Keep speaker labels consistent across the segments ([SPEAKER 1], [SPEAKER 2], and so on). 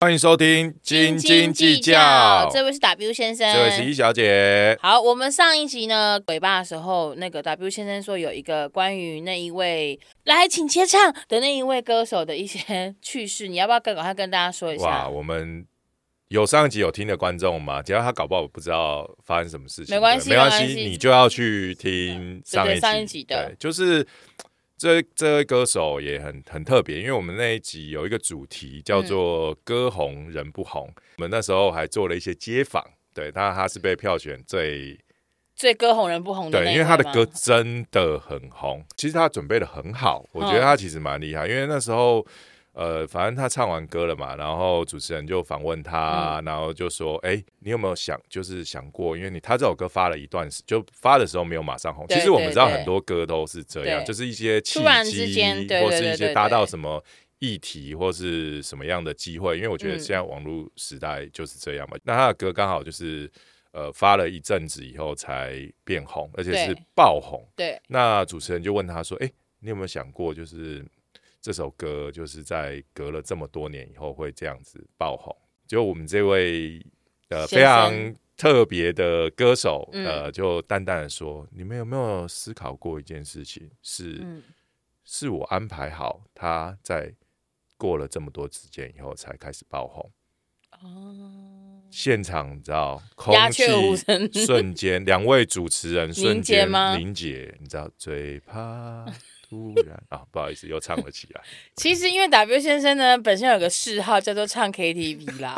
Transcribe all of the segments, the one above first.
[SPEAKER 1] 欢迎收听《斤斤计较》，
[SPEAKER 2] 这位是 W 先生，
[SPEAKER 1] 这位是一小姐，
[SPEAKER 2] 好，我们上一集呢尾巴的时候，那个 W 先生说有一个关于那一位来请接唱的那一位歌手的一些趣事，你要不要赶快跟大家说一
[SPEAKER 1] 哇，哦
[SPEAKER 2] 下？
[SPEAKER 1] 我们。有上一集有听的观众吗？只要他搞不好不知道发生什么事情，
[SPEAKER 2] 没关系
[SPEAKER 1] 对没关
[SPEAKER 2] 没关
[SPEAKER 1] 系，
[SPEAKER 2] 系
[SPEAKER 1] 你就要去听上一
[SPEAKER 2] 对
[SPEAKER 1] 集
[SPEAKER 2] 对上一集的
[SPEAKER 1] 对就是这这位歌手也很很特别，因为我们那一集有一个主题叫做“歌红人不红”，我们那时候还做了一些街访，对，那他是被票选最
[SPEAKER 2] 最歌红人不红的那
[SPEAKER 1] 对，
[SPEAKER 2] 一
[SPEAKER 1] 因
[SPEAKER 2] 位
[SPEAKER 1] 为他的
[SPEAKER 2] 吗
[SPEAKER 1] 歌真的很红，其实他准备的很好，我
[SPEAKER 2] 嗯
[SPEAKER 1] 觉得他其实蛮厉害，因为那时候。呃，反正他唱完歌了嘛，然后主持人就访问
[SPEAKER 2] 嗯
[SPEAKER 1] 他，然后就说：“哎、你有没有想，就是想过，因为你他这首歌发了一段时，就发的时候没有马上红。
[SPEAKER 2] 对
[SPEAKER 1] 其实我们
[SPEAKER 2] 对
[SPEAKER 1] 知道
[SPEAKER 2] 对
[SPEAKER 1] 很多歌都是这样，
[SPEAKER 2] 对
[SPEAKER 1] 就是一些契
[SPEAKER 2] 突然之
[SPEAKER 1] 机
[SPEAKER 2] 间，对
[SPEAKER 1] 或
[SPEAKER 2] 对
[SPEAKER 1] 是
[SPEAKER 2] 对
[SPEAKER 1] 一些
[SPEAKER 2] 对
[SPEAKER 1] 搭到
[SPEAKER 2] 对
[SPEAKER 1] 什么议题，或是什么样的机会。因为我觉得
[SPEAKER 2] 嗯
[SPEAKER 1] 现在网络时代就是这样嘛。那他的歌刚好就是呃发了一阵子以后才变红，而且是
[SPEAKER 2] 对
[SPEAKER 1] 爆红。
[SPEAKER 2] 对
[SPEAKER 1] 那主持人就问他说：“哎、你有没有想过，就是这首歌，就是在隔了这么多年以后会这样子爆红？”就我们这位呃
[SPEAKER 2] 先
[SPEAKER 1] 非
[SPEAKER 2] 生
[SPEAKER 1] 常特别的歌手，
[SPEAKER 2] 嗯
[SPEAKER 1] 呃，就淡淡的说：“你们有没有思考过一件事情？是、
[SPEAKER 2] 嗯
[SPEAKER 1] 是我安排好，他在过了这么多时间以后才开始爆红。”
[SPEAKER 2] 哦，
[SPEAKER 1] 现场你知道，空
[SPEAKER 2] 鸦
[SPEAKER 1] 气
[SPEAKER 2] 雀无声
[SPEAKER 1] 瞬间，两位主持人瞬
[SPEAKER 2] 凝结
[SPEAKER 1] 间
[SPEAKER 2] 吗
[SPEAKER 1] 凝结，你知道，最怕突然啊，不好意思，又唱了起来，
[SPEAKER 2] 其实因为 W 先生呢本身有个嗜好叫做唱 KTV 啦，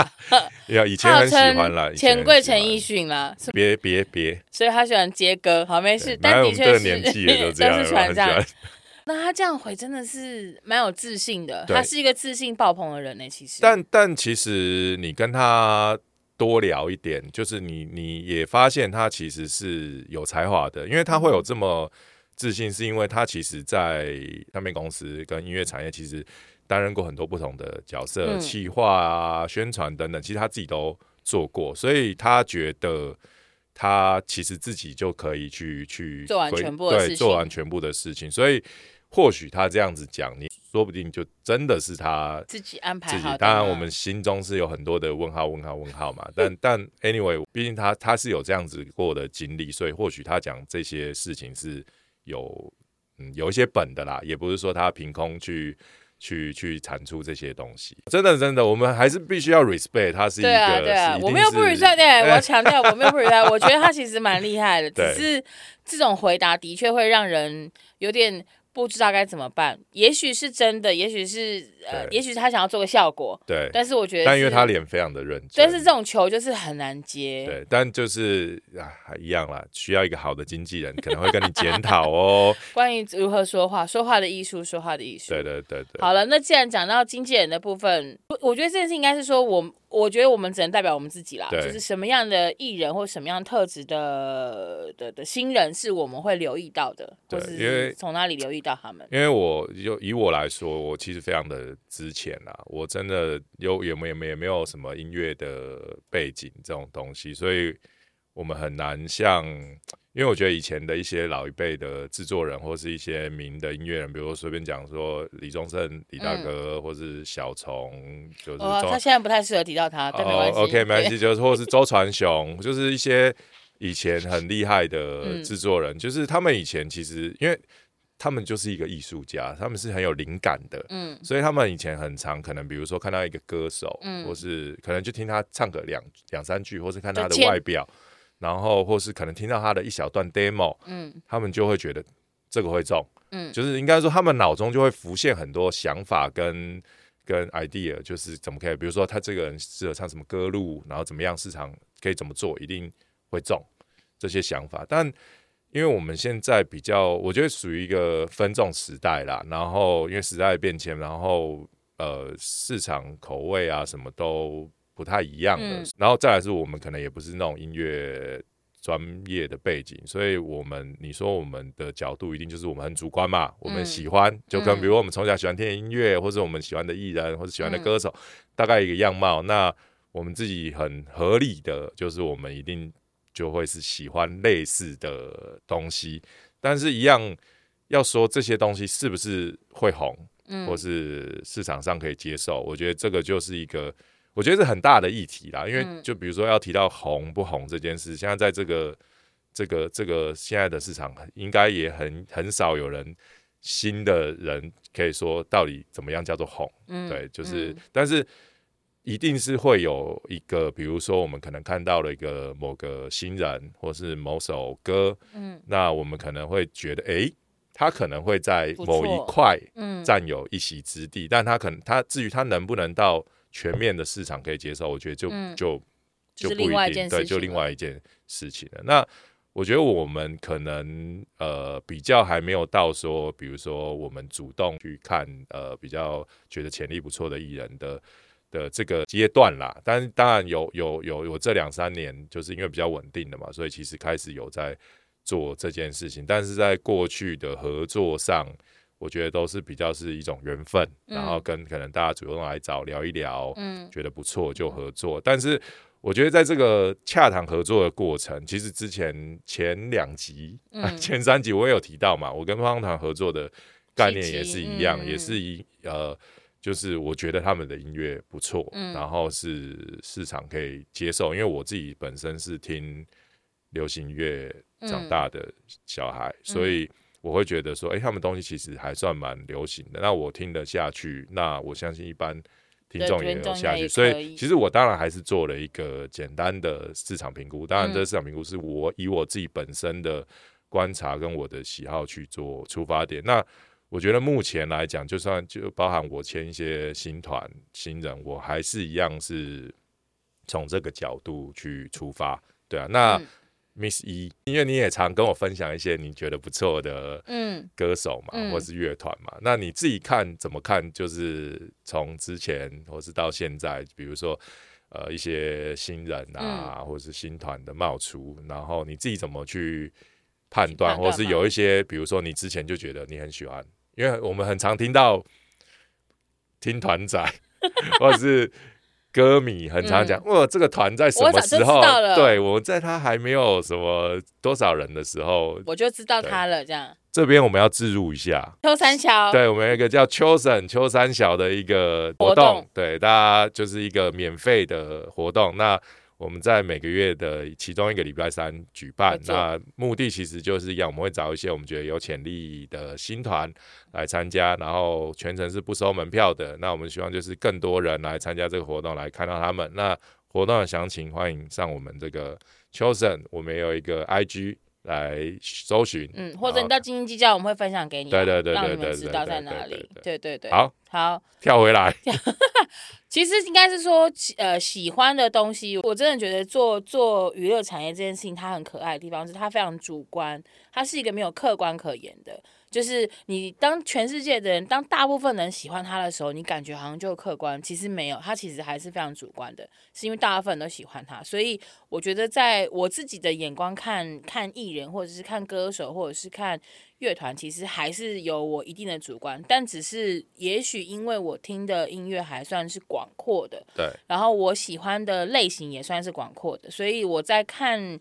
[SPEAKER 1] 呀， 以前
[SPEAKER 2] 号
[SPEAKER 1] 很喜欢啦，
[SPEAKER 2] 称
[SPEAKER 1] 以前
[SPEAKER 2] 钱柜陈
[SPEAKER 1] 艺
[SPEAKER 2] 奕，迅啦，所以
[SPEAKER 1] 别别别，
[SPEAKER 2] 所以他喜欢接歌。好，没事，
[SPEAKER 1] 反
[SPEAKER 2] 但
[SPEAKER 1] 正我
[SPEAKER 2] 的
[SPEAKER 1] 们
[SPEAKER 2] 确
[SPEAKER 1] 这个
[SPEAKER 2] 是
[SPEAKER 1] 年纪也都这样，
[SPEAKER 2] 都是
[SPEAKER 1] 有没有
[SPEAKER 2] 传
[SPEAKER 1] 很喜
[SPEAKER 2] 唱
[SPEAKER 1] 欢。
[SPEAKER 2] 那他这样回真的是蛮有自信的，
[SPEAKER 1] 对
[SPEAKER 2] 他是一个自信爆棚的人呢、其实，
[SPEAKER 1] 但但其实你跟他多聊一点，就是你你也发现他其实是有才华的，因为他
[SPEAKER 2] 嗯
[SPEAKER 1] 会有这么自信，是因为他其实在唱片公司跟音乐产业其实担任过很多不同的角色，
[SPEAKER 2] 嗯
[SPEAKER 1] 企划啊、宣传等等，其实他自己都做过，所以他觉得。他其实自己就可以去去
[SPEAKER 2] 做完
[SPEAKER 1] 规
[SPEAKER 2] 全部的
[SPEAKER 1] 对
[SPEAKER 2] 事
[SPEAKER 1] 做
[SPEAKER 2] 情
[SPEAKER 1] 完全部的事情，所以或许他这样子讲，你说不定就真的是他
[SPEAKER 2] 自己安排
[SPEAKER 1] 自己
[SPEAKER 2] 好的嘛。。
[SPEAKER 1] 当然，我们心中是有很多的问号、问号、问 号嘛。但但 anyway，毕竟他他是有这样子过的经历，所以或许他讲这些事情是有嗯有一些本的啦，也不是说他凭空去。去去产出这些东西，真的真的，我们还是必须要 respect 他是一个，
[SPEAKER 2] 对啊，对啊，我没有不 respect，对，我 要强调我没有不 respect，我觉得他其实蛮厉害的，
[SPEAKER 1] 对
[SPEAKER 2] 只是这种回答的确会让人有点不知道该怎么办。也许是真的，也许是呃，
[SPEAKER 1] 对
[SPEAKER 2] 也许他想要做个效果，
[SPEAKER 1] 对，
[SPEAKER 2] 但是我觉得，
[SPEAKER 1] 但因为他，脸非常的认真，
[SPEAKER 2] 但是这种球就是很难接，
[SPEAKER 1] 对，但就是啊一样啦，需要一个好的经纪人，可能会跟你检讨 哦，
[SPEAKER 2] 关于如何说话，说话的艺术，说话的艺术，
[SPEAKER 1] 对对对对，
[SPEAKER 2] 好了，那既然讲到经纪人的部分，我我觉得这件事应该是说我，我觉得我们只能代表我们自己啦，
[SPEAKER 1] 对
[SPEAKER 2] 就是什么样的艺人或什么样特质的的的新人是我们会留意到的，
[SPEAKER 1] 对
[SPEAKER 2] 或
[SPEAKER 1] 因为
[SPEAKER 2] 是从哪里留意到他们。
[SPEAKER 1] 因为我就以我来说，我其实非常的之前啊，我真的有也没也没也没有什么音乐的背景这种东西，所以我们很难像，因为我觉得以前的一些老一辈的制作人或是一些名的音乐人，比如说随便讲说李宗盛、李大哥，或是小虫，就是
[SPEAKER 2] 嗯哦，
[SPEAKER 1] 中
[SPEAKER 2] 他现在不太适合提到他，啊但没关系、
[SPEAKER 1] o k 哦没关
[SPEAKER 2] 对。
[SPEAKER 1] 系，就是或是周传雄，就是一些以前很厉害的
[SPEAKER 2] 嗯
[SPEAKER 1] 制作人，就是他们以前其实因为他们就是一个艺术家，他们是很有灵感的。
[SPEAKER 2] 嗯，
[SPEAKER 1] 所以他们以前很常可能，比如说看到一个歌手，
[SPEAKER 2] 嗯
[SPEAKER 1] 或是可能就听他唱个两两三句，或是看他的
[SPEAKER 2] 就见
[SPEAKER 1] 外表，然后或是可能听到他的一小段 demo，
[SPEAKER 2] 嗯
[SPEAKER 1] 他们就会觉得这个会中，
[SPEAKER 2] 嗯
[SPEAKER 1] 就是应该说他们脑中就会浮现很多想法跟跟 idea，就是怎么可以，比如说他这个人适合唱什么歌路，然后怎么样市场可以怎么做，一定会中这些想法。但因为我们现在比较，我觉得属于一个分众时代啦，然后因为时代的变迁，然后呃市场口味啊什么都不太一样了，
[SPEAKER 2] 嗯
[SPEAKER 1] 然后再来是我们可能也不是那种音乐专业的背景，所以我们你说我们的角度一定就是我们很主观嘛，我们喜欢，就跟比如我们从小喜欢听的音乐，或者我们喜欢的艺人，或者喜欢的歌手，大概一个样貌。那我们自己很合理的，就是我们一定就会是喜欢类似的东西，但是一样要说这些东西是不是会红，
[SPEAKER 2] 嗯
[SPEAKER 1] 或是市场上可以接受，我觉得这个就是一个我觉得是很大的议题啦，因为
[SPEAKER 2] 嗯
[SPEAKER 1] 就比如说要提到红不红这件事，现在在这个这个这个现在的市场，应该也很很少有人新的人可以说到底怎么样叫做红，
[SPEAKER 2] 嗯
[SPEAKER 1] 对，就是、
[SPEAKER 2] 嗯
[SPEAKER 1] 但是一定是会有一个，比如说我们可能看到了一个某个新人或是某首歌，
[SPEAKER 2] 嗯
[SPEAKER 1] 那我们可能会觉得，诶，他可能会在
[SPEAKER 2] 不
[SPEAKER 1] 某一
[SPEAKER 2] 错
[SPEAKER 1] 块
[SPEAKER 2] 嗯，
[SPEAKER 1] 占有一席之地，但他可能他至于他能不能到全面的市场可以接受，我觉得就、
[SPEAKER 2] 嗯
[SPEAKER 1] 就就
[SPEAKER 2] 就
[SPEAKER 1] 是不
[SPEAKER 2] 另外一
[SPEAKER 1] 一
[SPEAKER 2] 件
[SPEAKER 1] 定，对，
[SPEAKER 2] 事
[SPEAKER 1] 就
[SPEAKER 2] 情
[SPEAKER 1] 另
[SPEAKER 2] 了
[SPEAKER 1] 外一件事情了。那我觉得我们可能呃比较还没有到说，比如说我们主动去看呃比较觉得潜力不错的艺人的的这个阶段啦。但是当然有有有有这两三年，就是因为比较稳定的嘛，所以其实开始有在做这件事情。但是在过去的合作上，我觉得都是比较是一种缘分，
[SPEAKER 2] 嗯
[SPEAKER 1] 然后跟可能大家主动来找聊一聊，
[SPEAKER 2] 嗯
[SPEAKER 1] 觉得不错就合作。但是我觉得在这个洽谈合作的过程，其实之前前两集、
[SPEAKER 2] 嗯
[SPEAKER 1] 前三集我也有提到嘛，我跟方糖合作的概念
[SPEAKER 2] 契机
[SPEAKER 1] 也是一样，
[SPEAKER 2] 嗯
[SPEAKER 1] 也是一呃，就是我觉得他们的音乐不错，
[SPEAKER 2] 嗯
[SPEAKER 1] 然后是市场可以接受，因为我自己本身是听流行乐长
[SPEAKER 2] 嗯
[SPEAKER 1] 大的小孩，所以。我会觉得说，哎、他们东西其实还算蛮流行的，那我听得下去，那我相信一般听众也有下
[SPEAKER 2] 对听众应该也
[SPEAKER 1] 去，所
[SPEAKER 2] 可以
[SPEAKER 1] 以其实我当然还是做了一个简单的市场评估，当然
[SPEAKER 2] 嗯
[SPEAKER 1] 这市场评估是我以我自己本身的观察跟我的喜好去做出发点。那我觉得目前来讲，就算就包含我签一些新团新人，我还是一样是从这个角度去出发，对啊。那、
[SPEAKER 2] 嗯
[SPEAKER 1] Miss 一，因为你也常跟我分享一些你觉得不错的
[SPEAKER 2] 嗯
[SPEAKER 1] 歌手嘛，
[SPEAKER 2] 嗯
[SPEAKER 1] 或是乐团嘛，那你自己看怎么看？就是从之前或是到现在，比如说呃一些新人啊，
[SPEAKER 2] 嗯
[SPEAKER 1] 或是新团的冒出，然后你自己怎么去判断，
[SPEAKER 2] 去判断
[SPEAKER 1] 或是
[SPEAKER 2] 嘛
[SPEAKER 1] 有一些，比如说你之前就觉得你很喜欢，因为我们很常听到听团仔 或者是。歌迷很常讲，哇，这个团在什
[SPEAKER 2] 嗯我
[SPEAKER 1] 么
[SPEAKER 2] 早
[SPEAKER 1] 时
[SPEAKER 2] 就
[SPEAKER 1] 候
[SPEAKER 2] 知道了？
[SPEAKER 1] 对，我在他还没有什么多少人的时候，
[SPEAKER 2] 我就知道
[SPEAKER 1] 对
[SPEAKER 2] 他了，这样。
[SPEAKER 1] 这边我们要置入一下，
[SPEAKER 2] 邱三桥，
[SPEAKER 1] 对，我们有一个叫秋省秋三小的一个活
[SPEAKER 2] 活
[SPEAKER 1] 动，
[SPEAKER 2] 动
[SPEAKER 1] 对，大家就是一个免费的活动。那我们在每个月的其中一个礼拜三举办
[SPEAKER 2] 没，错
[SPEAKER 1] 那目的其实就是一样，我们会找一些我们觉得有潜力的新团来参加，然后全程是不收门票的。那我们希望就是更多人来参加这个活动，来看到他们。那活动的详情，欢迎上我们这个秋省，我们有一个 IG 来搜寻，
[SPEAKER 2] 嗯，或者你到斤斤计较，我们会分享给你啊，
[SPEAKER 1] 对对对对
[SPEAKER 2] 让你们
[SPEAKER 1] 对
[SPEAKER 2] 知
[SPEAKER 1] 对
[SPEAKER 2] 道
[SPEAKER 1] 对
[SPEAKER 2] 在
[SPEAKER 1] 对
[SPEAKER 2] 哪
[SPEAKER 1] 对
[SPEAKER 2] 里
[SPEAKER 1] 对。
[SPEAKER 2] 对对对，
[SPEAKER 1] 好
[SPEAKER 2] 好，
[SPEAKER 1] 跳回来。
[SPEAKER 2] 其实应该是说，呃，喜欢的东西，我真的觉得做做娱乐产业这件事情，它很可爱的地方是它非常主观，它是一个没有客观可言的。就是你当全世界的人，当大部分人喜欢它的时候，你感觉好像就客观，其实没有，它其实还是非常主观的，是因为大部分人都喜欢它。所以我觉得，在我自己的眼光看看艺人，或者是看歌手，或者是看乐团，其实还是有我一定的主观，但只是也许因为我听的音乐还算是广阔的，
[SPEAKER 1] 对，
[SPEAKER 2] 然后我喜欢的类型也算是广阔的，所以我在看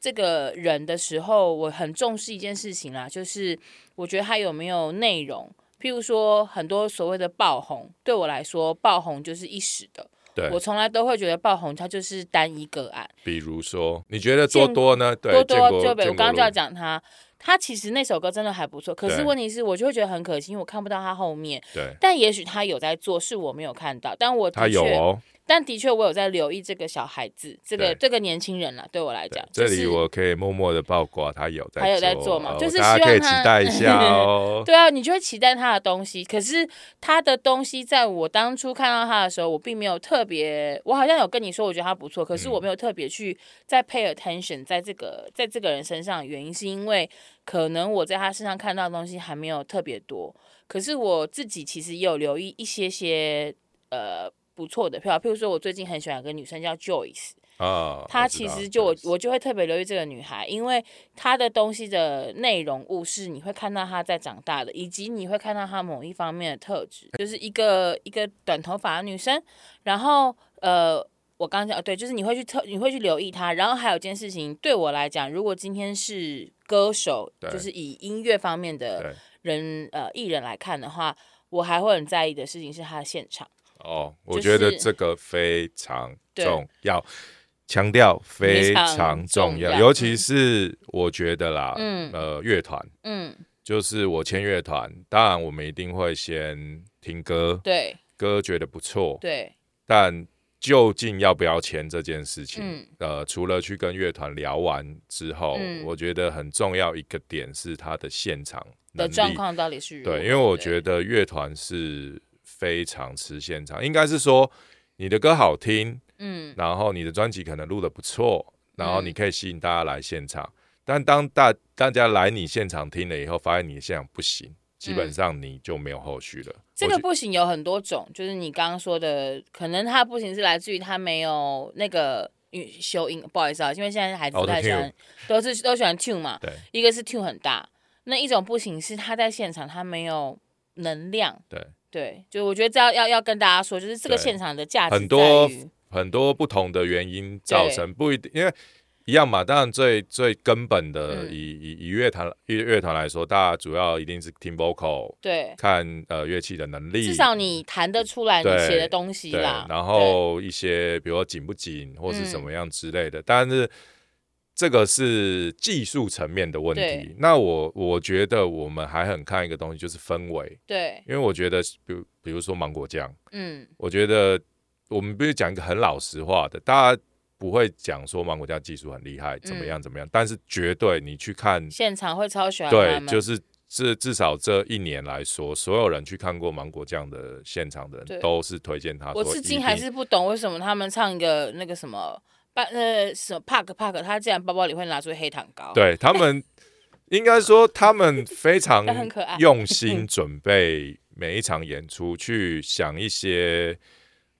[SPEAKER 2] 这个人的时候，我很重视一件事情啦，就是我觉得他有没有内容。譬如说，很多所谓的爆红，对我来说，爆红就是一时的。
[SPEAKER 1] 对
[SPEAKER 2] 我从来都会觉得爆红它就是单一个案。
[SPEAKER 1] 比如说，你觉得多多呢？对，
[SPEAKER 2] 多
[SPEAKER 1] 建
[SPEAKER 2] 多
[SPEAKER 1] 国
[SPEAKER 2] 就被
[SPEAKER 1] 建
[SPEAKER 2] 我刚刚
[SPEAKER 1] 国
[SPEAKER 2] 就要
[SPEAKER 1] 路
[SPEAKER 2] 讲他，他其实那首歌真的还不错，可是
[SPEAKER 1] 对
[SPEAKER 2] 问题是我就会觉得很可惜，因为我看不到他后面。
[SPEAKER 1] 对，
[SPEAKER 2] 但也许他有在做，是我没有看到，但我
[SPEAKER 1] 他
[SPEAKER 2] 的确，
[SPEAKER 1] 有哦。
[SPEAKER 2] 但的确我有在留意这个小孩子，这个
[SPEAKER 1] 对
[SPEAKER 2] 这个年轻人啦，对我来讲，
[SPEAKER 1] 这
[SPEAKER 2] 就
[SPEAKER 1] 里
[SPEAKER 2] 是
[SPEAKER 1] 我可以默默的曝光，他有在
[SPEAKER 2] 他有在做嘛
[SPEAKER 1] 哦
[SPEAKER 2] 就是
[SPEAKER 1] 大
[SPEAKER 2] 希
[SPEAKER 1] 家
[SPEAKER 2] 望
[SPEAKER 1] 可以期
[SPEAKER 2] 他
[SPEAKER 1] 待一下 哦。
[SPEAKER 2] 对啊，你就会期待他的东西。可是他的东西，在我当初看到他的时候，我并没有特别，我好像有跟你说，我觉得他不错，可是我没有特别去再 pay attention 在这个在这个人身上，原因是因为可能我在他身上看到的东西还没有特别多。可是我自己其实也有留意一些些呃不错的票，譬如说我最近很喜欢一个女生叫 Joyce。
[SPEAKER 1] 啊，
[SPEAKER 2] 她
[SPEAKER 1] 我知
[SPEAKER 2] 其
[SPEAKER 1] 道
[SPEAKER 2] 实就我
[SPEAKER 1] 对
[SPEAKER 2] 我就会特别留意这个女孩，因为她的东西的内容物是你会看到她在长大的，以及你会看到她某一方面的特质，就是一个一个短头发的女生，然后呃。我刚刚讲，对，就是你会去特，你会去留意她。然后还有一件事情，对我来讲，如果今天是歌手，
[SPEAKER 1] 对
[SPEAKER 2] 就是以音乐方面的
[SPEAKER 1] 对
[SPEAKER 2] 人呃艺人来看的话，我还会很在意的事情是他的现场。
[SPEAKER 1] 哦，我
[SPEAKER 2] 就是
[SPEAKER 1] 觉得这个非常
[SPEAKER 2] 对
[SPEAKER 1] 重要，强调非
[SPEAKER 2] 非常
[SPEAKER 1] 常重
[SPEAKER 2] 重
[SPEAKER 1] 要，
[SPEAKER 2] 要
[SPEAKER 1] 尤其是我觉得啦，
[SPEAKER 2] 嗯
[SPEAKER 1] 呃，乐团
[SPEAKER 2] 嗯，
[SPEAKER 1] 就是我签乐团，当然我们一定会先听歌，
[SPEAKER 2] 对
[SPEAKER 1] 歌觉得不错，
[SPEAKER 2] 对，
[SPEAKER 1] 但究竟要不要签这件事情，
[SPEAKER 2] 嗯
[SPEAKER 1] 呃，除了去跟乐团聊完之后，
[SPEAKER 2] 嗯
[SPEAKER 1] 我觉得很重要一个点是他的现场能
[SPEAKER 2] 的
[SPEAKER 1] 力
[SPEAKER 2] 状况到底是如何？
[SPEAKER 1] 对，因为我觉得乐团是非常吃现场，应该是说你的歌好听，
[SPEAKER 2] 嗯
[SPEAKER 1] 然后你的专辑可能录的不错，然后
[SPEAKER 2] 嗯
[SPEAKER 1] 你可以吸引大家来现场。但当大大家来你现场听了以后，发现你现场不行，基本
[SPEAKER 2] 嗯
[SPEAKER 1] 上你就没有后续了。
[SPEAKER 2] 这
[SPEAKER 1] 我
[SPEAKER 2] 个
[SPEAKER 1] 觉
[SPEAKER 2] 不行有很多种，就是你刚刚说的，可能他不行是来自于他没有那个语修音，不好意思啊，因为现在孩
[SPEAKER 1] 哦
[SPEAKER 2] 子不太喜欢，都是都喜欢 tune 嘛，
[SPEAKER 1] 对
[SPEAKER 2] 一个是 tune 很大，那一种不行是他在现场他没有能量，
[SPEAKER 1] 对
[SPEAKER 2] 对，就我觉得这要要要跟大家说，就是这个
[SPEAKER 1] 对
[SPEAKER 2] 现场的价值
[SPEAKER 1] 很多
[SPEAKER 2] 在于
[SPEAKER 1] 很多不同的原因造成，不一定因为。一样嘛，当然最最根本的
[SPEAKER 2] 嗯
[SPEAKER 1] 以、以以乐团乐乐团来说，大家主要一定是
[SPEAKER 2] 嗯
[SPEAKER 1] 听 vocal，
[SPEAKER 2] 对，
[SPEAKER 1] 看呃乐器的能力，
[SPEAKER 2] 至少你弹得出来你
[SPEAKER 1] 对
[SPEAKER 2] 写的东西啦，嗯
[SPEAKER 1] 然后一些比如说紧不紧或是怎么样之类的，但是这个是技术层面的问题
[SPEAKER 2] 对。
[SPEAKER 1] 那我我觉得我们还很看一个东西，就是氛围，
[SPEAKER 2] 对，对
[SPEAKER 1] 因为我觉得，比如比如说芒果酱，
[SPEAKER 2] 嗯
[SPEAKER 1] 我觉得我们必须讲一个很老实话的，大家。不会讲说芒果酱技术很厉害，
[SPEAKER 2] 嗯
[SPEAKER 1] 怎么样怎么样，但是绝对你去看
[SPEAKER 2] 现场会超喜欢他
[SPEAKER 1] 对，
[SPEAKER 2] 们，
[SPEAKER 1] 就是至至少这一年来说，所有人去看过芒果酱的现场的人
[SPEAKER 2] 对
[SPEAKER 1] 都是推荐他说
[SPEAKER 2] 我
[SPEAKER 1] 一定。
[SPEAKER 2] 至今还是不懂为什么他们唱一个那个什么半呃什么 Park Park，他竟然包包里会拿出黑糖糕。，
[SPEAKER 1] 对他们，应该说他们非 常
[SPEAKER 2] 但很可爱
[SPEAKER 1] 用心准备每一场演出，去想一些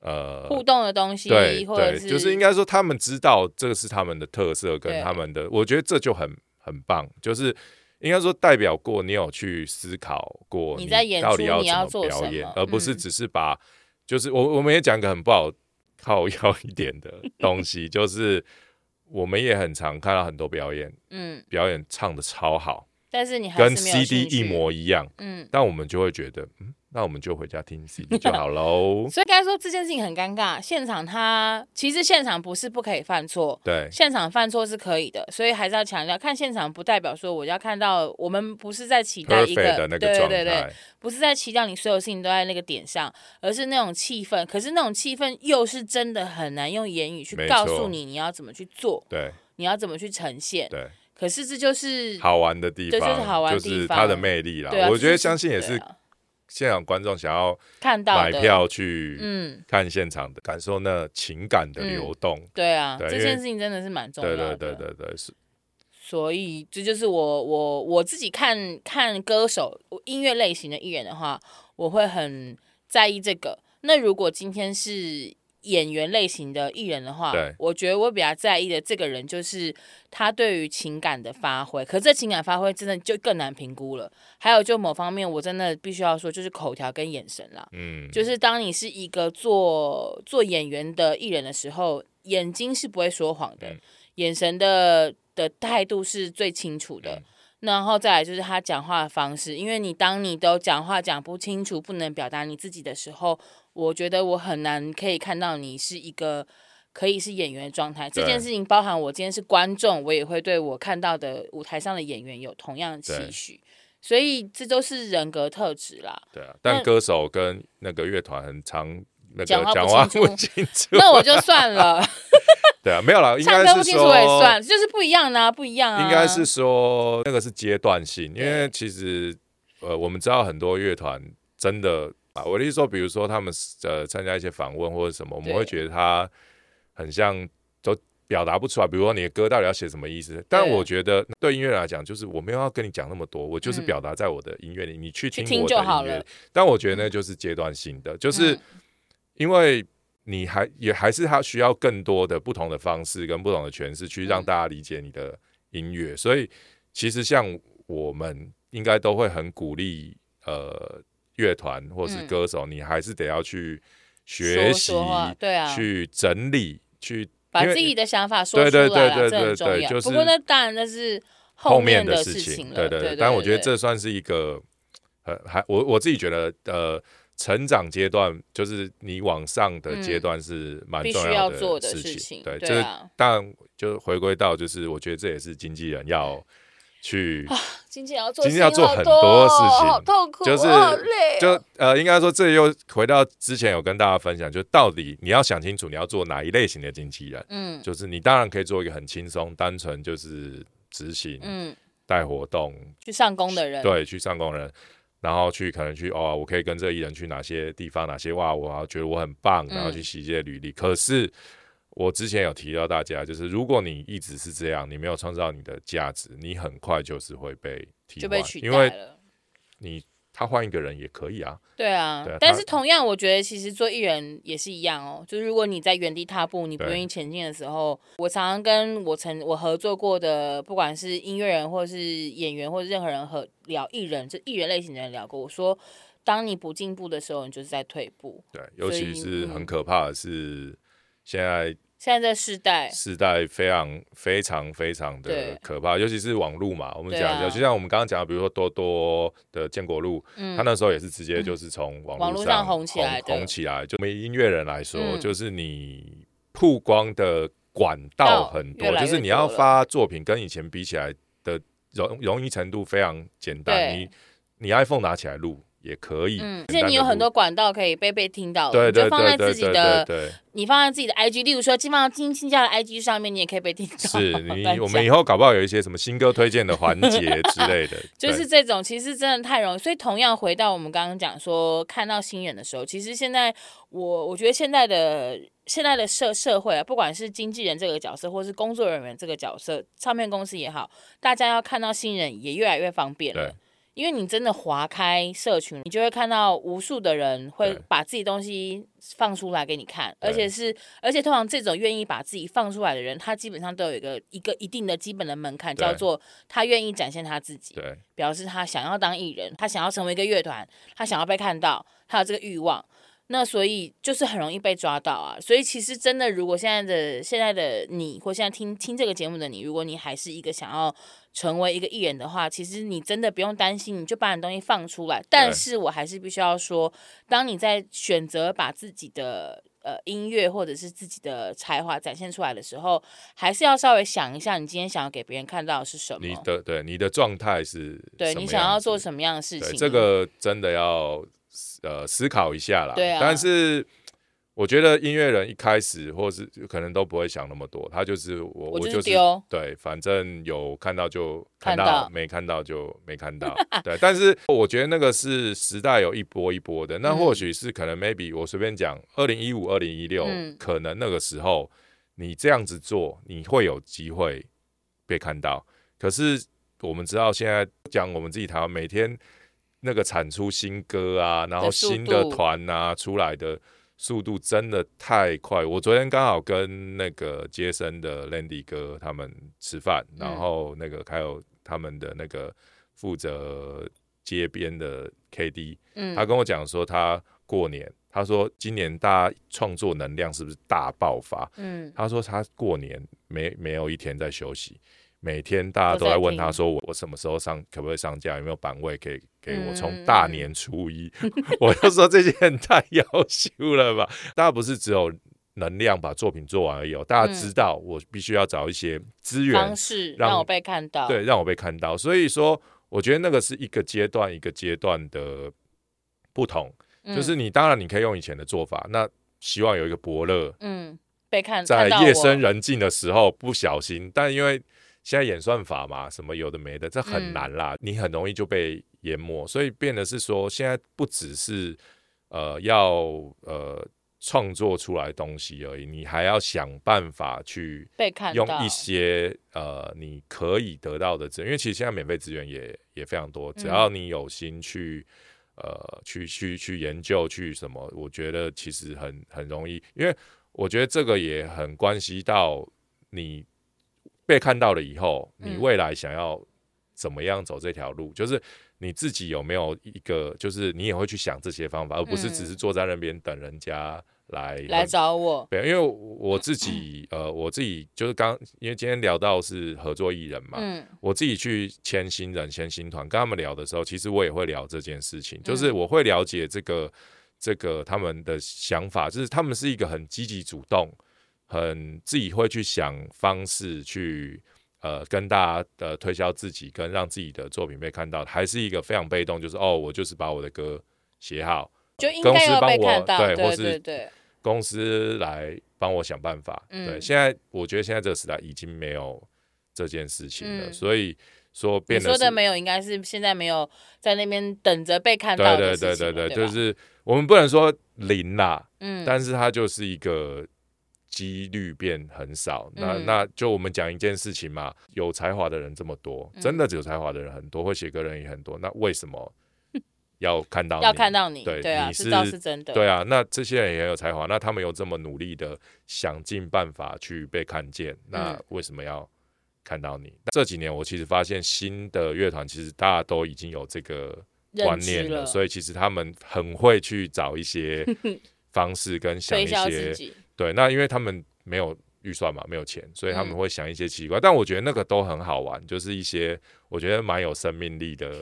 [SPEAKER 1] 呃
[SPEAKER 2] 互动的东西，
[SPEAKER 1] 对
[SPEAKER 2] 或者
[SPEAKER 1] 对，就是应
[SPEAKER 2] 该
[SPEAKER 1] 该说他们知道这个是他们的特色跟
[SPEAKER 2] 对
[SPEAKER 1] 他们的，我觉得这就很很棒，就是。应该说，代表过你有去思考过，
[SPEAKER 2] 你在演出
[SPEAKER 1] 到底
[SPEAKER 2] 你要
[SPEAKER 1] 怎么
[SPEAKER 2] 做
[SPEAKER 1] 表
[SPEAKER 2] 什
[SPEAKER 1] 演
[SPEAKER 2] 么，
[SPEAKER 1] 而不是
[SPEAKER 2] 嗯
[SPEAKER 1] 只是把，就是我我们也讲个很不好靠腰一点的东 西，就是我们也很常看到很多表演，
[SPEAKER 2] 嗯，
[SPEAKER 1] 表演唱的超好，
[SPEAKER 2] 但是你还
[SPEAKER 1] 跟
[SPEAKER 2] 是没有
[SPEAKER 1] CD
[SPEAKER 2] 兴趣
[SPEAKER 1] 一，模一样，
[SPEAKER 2] 嗯。。
[SPEAKER 1] 但我们就会觉得，嗯，那我们就回家听 CD 就好喽
[SPEAKER 2] 所以该说这件事情很尴尬，现场他其实现场不是不可以犯错，
[SPEAKER 1] 对
[SPEAKER 2] 现场犯错是可以的，所以还是要强调，看现场不代表说我要看到我们不是在期待一个
[SPEAKER 1] ，perfect 的那个
[SPEAKER 2] 对
[SPEAKER 1] 状
[SPEAKER 2] 对对
[SPEAKER 1] 态，
[SPEAKER 2] 不是在期待你所有事情都在那个点上，而是那种气氛。可是那种气氛又是真的很难用言语去
[SPEAKER 1] 没错
[SPEAKER 2] 告诉你你要怎么去做，
[SPEAKER 1] 对
[SPEAKER 2] 你要怎么去呈现。
[SPEAKER 1] 对，
[SPEAKER 2] 可是这就是
[SPEAKER 1] 好玩的地
[SPEAKER 2] 对
[SPEAKER 1] 方，
[SPEAKER 2] 就是好玩
[SPEAKER 1] 就
[SPEAKER 2] 的地
[SPEAKER 1] 是
[SPEAKER 2] 方
[SPEAKER 1] 它的魅力啦
[SPEAKER 2] 对啊，。
[SPEAKER 1] 我觉
[SPEAKER 2] 这就
[SPEAKER 1] 得相信也
[SPEAKER 2] 对
[SPEAKER 1] 是
[SPEAKER 2] 啊
[SPEAKER 1] 现场观众想要
[SPEAKER 2] 看到
[SPEAKER 1] 买
[SPEAKER 2] 的，
[SPEAKER 1] 票去
[SPEAKER 2] 嗯，
[SPEAKER 1] 看现场的，感受那情感的流动。
[SPEAKER 2] 对啊，
[SPEAKER 1] 对
[SPEAKER 2] 这
[SPEAKER 1] 因为
[SPEAKER 2] 件事情真的是蛮重要
[SPEAKER 1] 对
[SPEAKER 2] 的。
[SPEAKER 1] 对对对对，是
[SPEAKER 2] 所以这就是我我我自己看看歌手音乐类型的艺人的话，我会很在意这个。那如果今天是演员类型的艺人的话
[SPEAKER 1] 对，
[SPEAKER 2] 我觉得我比较在意的这个人就是他对于情感的发挥。可这情感发挥真的就更难评估了。还有就某方面，我真的必须要说，就是口条跟眼神啦。
[SPEAKER 1] 嗯，
[SPEAKER 2] 就是当你是一个做做演员的艺人的时候，眼睛是不会说谎的，
[SPEAKER 1] 嗯
[SPEAKER 2] 眼神的的态度是最清楚的。
[SPEAKER 1] 嗯
[SPEAKER 2] 然后再来就是他讲话的方式，因为你当你都讲话讲不清楚，不能表达你自己的时候，我觉得我很难可以看到你是一个可以是演员的状态。这
[SPEAKER 1] 对
[SPEAKER 2] 件事情包含我今天是观众，我也会对我看到的舞台上的演员有同样的
[SPEAKER 1] 对
[SPEAKER 2] 期许，所以这都是人格特质啦。
[SPEAKER 1] 对啊。
[SPEAKER 2] 那
[SPEAKER 1] 但歌手跟那个乐团很常那个
[SPEAKER 2] 讲话不
[SPEAKER 1] 讲话
[SPEAKER 2] 清楚
[SPEAKER 1] 不清楚，
[SPEAKER 2] 那我就算了。
[SPEAKER 1] 对啊，没有啦，应
[SPEAKER 2] 唱
[SPEAKER 1] 该
[SPEAKER 2] 歌不
[SPEAKER 1] 是
[SPEAKER 2] 清楚我也
[SPEAKER 1] 说
[SPEAKER 2] 算，就是不一样呢、不一样啊。
[SPEAKER 1] 应该是说那个是阶段性，因为
[SPEAKER 2] 对
[SPEAKER 1] 其实呃，我们知道很多乐团真的啊，我的意思说，比如说他们呃参加一些访问或者什么，我们
[SPEAKER 2] 对
[SPEAKER 1] 会觉得他很像都表达不出来，比如说你的歌到底要写什么意思？但我觉得对音乐人来讲，就是我没有要跟你讲那么多，我就是
[SPEAKER 2] 嗯
[SPEAKER 1] 表达在我的音乐里，你去
[SPEAKER 2] 去
[SPEAKER 1] 听
[SPEAKER 2] 听
[SPEAKER 1] 我的
[SPEAKER 2] 就好
[SPEAKER 1] 音乐
[SPEAKER 2] 了
[SPEAKER 1] 里。。但我觉得那就是阶段性的，就是
[SPEAKER 2] 嗯
[SPEAKER 1] 因为你还也还是他需要更多的不同的方式跟不同的诠释去让
[SPEAKER 2] 嗯
[SPEAKER 1] 大家理解你的音乐，所以其实像我们应该都会很鼓励呃乐团或是
[SPEAKER 2] 嗯
[SPEAKER 1] 歌手，你还是得要去学
[SPEAKER 2] 说
[SPEAKER 1] 习，
[SPEAKER 2] 说话对啊
[SPEAKER 1] 去整理，去
[SPEAKER 2] 把
[SPEAKER 1] 因为
[SPEAKER 2] 自己的想法说出
[SPEAKER 1] 对
[SPEAKER 2] 来
[SPEAKER 1] 对
[SPEAKER 2] 了，
[SPEAKER 1] 对
[SPEAKER 2] 这很
[SPEAKER 1] 对对
[SPEAKER 2] 重要。
[SPEAKER 1] 就是
[SPEAKER 2] 不过那当然那是
[SPEAKER 1] 后
[SPEAKER 2] 面
[SPEAKER 1] 的
[SPEAKER 2] 事
[SPEAKER 1] 情，
[SPEAKER 2] 了。
[SPEAKER 1] 对
[SPEAKER 2] 对
[SPEAKER 1] 但我觉得这算是一个，呃，还我我自己觉得，呃，成长阶段，就是你往上的阶段是蛮
[SPEAKER 2] 嗯必
[SPEAKER 1] 重
[SPEAKER 2] 须要
[SPEAKER 1] 的
[SPEAKER 2] 做的事
[SPEAKER 1] 情。
[SPEAKER 2] 情
[SPEAKER 1] 对，
[SPEAKER 2] 对
[SPEAKER 1] 就是
[SPEAKER 2] 啊
[SPEAKER 1] 但就回归到就是，我觉得这也是经纪人要去，
[SPEAKER 3] 经纪人要做，
[SPEAKER 1] 经纪人要做
[SPEAKER 3] 好
[SPEAKER 1] 很
[SPEAKER 3] 多
[SPEAKER 1] 多事
[SPEAKER 3] 哦
[SPEAKER 1] 情
[SPEAKER 3] 好痛苦，
[SPEAKER 1] 就是
[SPEAKER 3] 我好累哦，
[SPEAKER 1] 就呃，应该说这又回到之前有跟大家分享，就到底你要想清楚你要做哪一类型的经纪人。
[SPEAKER 2] 嗯
[SPEAKER 1] 就是你当然可以做一个很轻松、单纯就是执行、
[SPEAKER 2] 嗯，
[SPEAKER 1] 带活动，
[SPEAKER 2] 去上工的人，
[SPEAKER 1] 对，去上工人，然后去可能去哦，我可以跟这艺人去哪些地方，哪些哇，我好觉得我很棒，然后
[SPEAKER 2] 嗯
[SPEAKER 1] 去洗这些履历。可是我之前有提到大家，就是如果你一直是这样，你没有创造你的价值，你很快就是会被替
[SPEAKER 2] 就
[SPEAKER 1] 换
[SPEAKER 2] 被，取代
[SPEAKER 1] 因为
[SPEAKER 2] 了。
[SPEAKER 1] 你他换一个人也可以啊，
[SPEAKER 2] 对啊，
[SPEAKER 1] 对啊
[SPEAKER 2] 但
[SPEAKER 1] 他
[SPEAKER 2] 是同样，我觉得其实做艺人也是一样哦。就是如果你在原地踏步，你不
[SPEAKER 1] 对
[SPEAKER 2] 愿意前进的时候，我常常跟我曾我合作过的，不管是音乐人或是演员或者任何人和聊艺人，就艺人类型的人聊过，我说，当你不进步的时候，你就是在退步。
[SPEAKER 1] 对，尤
[SPEAKER 2] 所
[SPEAKER 1] 其
[SPEAKER 2] 以
[SPEAKER 1] 是
[SPEAKER 2] 嗯
[SPEAKER 1] 很可怕的是现在
[SPEAKER 2] 现在这世代，
[SPEAKER 1] 时代非常非常非常的
[SPEAKER 2] 对
[SPEAKER 1] 可怕，尤其是网络嘛。我们
[SPEAKER 2] 对
[SPEAKER 1] 讲一下，
[SPEAKER 2] 啊
[SPEAKER 1] 就像我们刚刚讲的，比如说多多的建国路，
[SPEAKER 2] 嗯
[SPEAKER 1] 他那时候也是直接就是从网
[SPEAKER 2] 网
[SPEAKER 1] 络
[SPEAKER 2] 络
[SPEAKER 1] 上
[SPEAKER 2] 上红起来的
[SPEAKER 1] 红起来。就我们音乐人来说，
[SPEAKER 2] 嗯
[SPEAKER 1] 就是你曝光的管道很多，
[SPEAKER 2] 嗯到越来越
[SPEAKER 1] 就是你要
[SPEAKER 2] 多了
[SPEAKER 1] 发作品，跟以前比起来的容容易程度非常简单。
[SPEAKER 2] 对
[SPEAKER 1] 你你 iPhone 拿起来录也可以，
[SPEAKER 2] 嗯，而
[SPEAKER 1] 简单
[SPEAKER 2] 且
[SPEAKER 1] 地
[SPEAKER 2] 你有很
[SPEAKER 1] 录
[SPEAKER 2] 多。管道可以被被听到的，
[SPEAKER 1] 对
[SPEAKER 2] 你
[SPEAKER 1] 对
[SPEAKER 2] 就放
[SPEAKER 1] 对
[SPEAKER 2] 在
[SPEAKER 1] 对
[SPEAKER 2] 自己
[SPEAKER 1] 对对
[SPEAKER 2] 的，
[SPEAKER 1] 对，
[SPEAKER 2] 你放在自己的 IG，例如说，基本上金星家的 IG 上面，你也可以被听到。
[SPEAKER 1] 是
[SPEAKER 2] 乱
[SPEAKER 1] 你
[SPEAKER 2] 讲
[SPEAKER 1] 我们以后搞不好有一些什么新歌推荐的环节之类的，
[SPEAKER 2] 就
[SPEAKER 1] 对
[SPEAKER 2] 是这种，其实真的太容易。所以同样回到我们刚刚讲说，看到新人的时候，其实现在我我觉得现在的现在的社社会啊，不管是经纪人这个角色，或是工作人员这个角色，唱片公司也好，大家要看到新人也越来越方便
[SPEAKER 1] 对
[SPEAKER 2] 了。因为你真的划开社群，你就会看到无数的人会
[SPEAKER 1] 对
[SPEAKER 2] 把自己东西放出来给你看，
[SPEAKER 1] 对
[SPEAKER 2] 而且是而且通常这种愿意把自己放出来的人，他基本上都有一个一个一定的基本的门槛，
[SPEAKER 1] 对
[SPEAKER 2] 叫做他愿意展现他自己。
[SPEAKER 1] 对。
[SPEAKER 2] 表示他想要当艺人，他想要成为一个乐团，他想要被看到，他有这个欲望。那所以就是很容易被抓到啊。所以其实真的，如果现在的现在的你，或现在听听这个节目的你，如果你还是一个想要成为一个艺人的话，其实你真的不用担心，你就把你的东西放出来。但是我还是必须要说，当你在选择把自己的呃音乐或者是自己的才华展现出来的时候，还是要稍微想一下，你今天想要给别人看到的是什么。
[SPEAKER 1] 你的对你的状态是
[SPEAKER 2] 对
[SPEAKER 1] 什
[SPEAKER 2] 你
[SPEAKER 1] 么
[SPEAKER 2] 想
[SPEAKER 1] 样
[SPEAKER 2] 要
[SPEAKER 1] 子
[SPEAKER 2] 做什么样的事
[SPEAKER 1] 对
[SPEAKER 2] 情？啊
[SPEAKER 1] 这个真的要呃思考一下啦。
[SPEAKER 2] 对啊
[SPEAKER 1] 但是我觉得音乐人一开始或是可能都不会想那么多，他就是我
[SPEAKER 2] 我
[SPEAKER 1] 我
[SPEAKER 2] 就是
[SPEAKER 1] 是
[SPEAKER 2] 丢
[SPEAKER 1] 对，反正有看到就看
[SPEAKER 2] 看
[SPEAKER 1] 到，
[SPEAKER 2] 到
[SPEAKER 1] 没看到就没看 到。对，但是我觉得那个是时代有一波一波的，那
[SPEAKER 2] 嗯
[SPEAKER 1] 或许是可能 maybe 我随便讲，二零一五、二零一六
[SPEAKER 2] 嗯，
[SPEAKER 1] 可能那个时候你这样子做，你会有机会被看到。可是我们知道现在讲我们自己台湾每天那个产出新歌啊，然后
[SPEAKER 2] 的速
[SPEAKER 1] 新的
[SPEAKER 2] 度
[SPEAKER 1] 团啊出来的速度真的太快。我昨天刚好跟那个接生的 Landy 哥他们吃饭，然后那个还有他们的那个负责街边的 KD，
[SPEAKER 2] 嗯
[SPEAKER 1] 他跟我讲说他过年，他说今年大家创作能量是不是大爆发？
[SPEAKER 2] 嗯，
[SPEAKER 1] 他说他过年没没有一天在休息，每天大家
[SPEAKER 2] 都
[SPEAKER 1] 都
[SPEAKER 2] 在
[SPEAKER 1] 在问
[SPEAKER 2] 听
[SPEAKER 1] 他说我我什么时候上可不可以上架，有没有版位给给我？
[SPEAKER 2] 嗯
[SPEAKER 1] 从大年初一， 我就说这些人太要求了吧？大家不是只有能量把作品做完而已、哦，大家
[SPEAKER 2] 嗯
[SPEAKER 1] 知道我必须要找一些资源
[SPEAKER 2] 方，式
[SPEAKER 1] 让
[SPEAKER 2] 让我被看到。
[SPEAKER 1] 对，让我被看到。所以说，我觉得那个是一个阶段一个阶段的不同，
[SPEAKER 2] 嗯，
[SPEAKER 1] 就是你当然你可以用以前的做法，那希望有一个伯乐，
[SPEAKER 2] 嗯，被看
[SPEAKER 1] 在
[SPEAKER 2] 看到
[SPEAKER 1] 夜
[SPEAKER 2] 我
[SPEAKER 1] 深人静的时候不小心，但因为现在演算法嘛，什么有的没的，这很
[SPEAKER 2] 嗯
[SPEAKER 1] 难啦，你很容易就被淹没，所以变得是说，现在不只是呃要呃创作出来的东西而已，你还要想办法去
[SPEAKER 2] 被看到，
[SPEAKER 1] 用一些呃你可以得到的资源，因为其实现在免费资源也也非常多，只
[SPEAKER 2] 嗯
[SPEAKER 1] 要你有心去。呃，去去去研究去什么？我觉得其实很很容易，因为我觉得这个也很关系到你被看到了以后，你
[SPEAKER 2] 嗯
[SPEAKER 1] 未来想要怎么样走这条路，就是你自己有没有一个，就是你也会去想这些方法，而不是只是坐在那边等人家来
[SPEAKER 2] 嗯来
[SPEAKER 1] 很
[SPEAKER 2] 找我。
[SPEAKER 1] 对，因为我我自己呃，我自己就是刚，因为今天聊到是合作艺人嘛，
[SPEAKER 2] 嗯
[SPEAKER 1] 我自己去签新人、签新团，跟他们聊的时候，其实我也会聊这件事情，就是我会了解这个这个他们的想法，就是他们是一个很积极主动，很自己会去想方式去呃跟大家呃推销自己，跟让自己的作品被看到，还是一个非常被动，就是哦，我就是把我的歌写好，
[SPEAKER 2] 就应该要被
[SPEAKER 1] 公司帮我
[SPEAKER 2] 看到，
[SPEAKER 1] 对
[SPEAKER 2] 对
[SPEAKER 1] 或
[SPEAKER 2] 对
[SPEAKER 1] 是
[SPEAKER 2] 对对，
[SPEAKER 1] 公司来帮我想办法。
[SPEAKER 2] 嗯
[SPEAKER 1] 对，现在我觉得现在这个时代已经没有这件事情了，
[SPEAKER 2] 嗯
[SPEAKER 1] 所以说
[SPEAKER 2] 你
[SPEAKER 1] 变得
[SPEAKER 2] 说
[SPEAKER 1] 是
[SPEAKER 2] 的没有，应该是现在没有在那边等着被看
[SPEAKER 1] 对
[SPEAKER 2] 到
[SPEAKER 1] 对
[SPEAKER 2] 的
[SPEAKER 1] 对
[SPEAKER 2] 事情了，
[SPEAKER 1] 对
[SPEAKER 2] 对吧，
[SPEAKER 1] 就是我们不能说零啦，
[SPEAKER 2] 嗯，
[SPEAKER 1] 但是它就是一个几率变很少。那
[SPEAKER 2] 嗯
[SPEAKER 1] 那就我们讲一件事情嘛，有才华的人这么多，
[SPEAKER 2] 嗯
[SPEAKER 1] 真的有才华的人很多，会写歌的人也很多，那为什么要看到
[SPEAKER 2] 要
[SPEAKER 1] 你
[SPEAKER 2] 看到你，
[SPEAKER 1] 对
[SPEAKER 2] 对啊，
[SPEAKER 1] 你
[SPEAKER 2] 这
[SPEAKER 1] 是
[SPEAKER 2] 倒是真的，
[SPEAKER 1] 对啊，那这些人也很有才华，那他们又这么努力的想尽办法去被看见，那
[SPEAKER 2] 嗯
[SPEAKER 1] 为什么要看到你？这几年我其实发现，新的乐团其实大家都已经有这个观
[SPEAKER 2] 认知
[SPEAKER 1] 念
[SPEAKER 2] 了，
[SPEAKER 1] 所以其实他们很会去找一 些方式跟想
[SPEAKER 2] 推
[SPEAKER 1] 一
[SPEAKER 2] 销
[SPEAKER 1] 些
[SPEAKER 2] 自己，
[SPEAKER 1] 对。那因为他们没有预算嘛，没有钱，所以他们
[SPEAKER 2] 嗯
[SPEAKER 1] 会想一些奇怪，但我觉得那个都很好玩，就是一些我觉得蛮有生命力 的。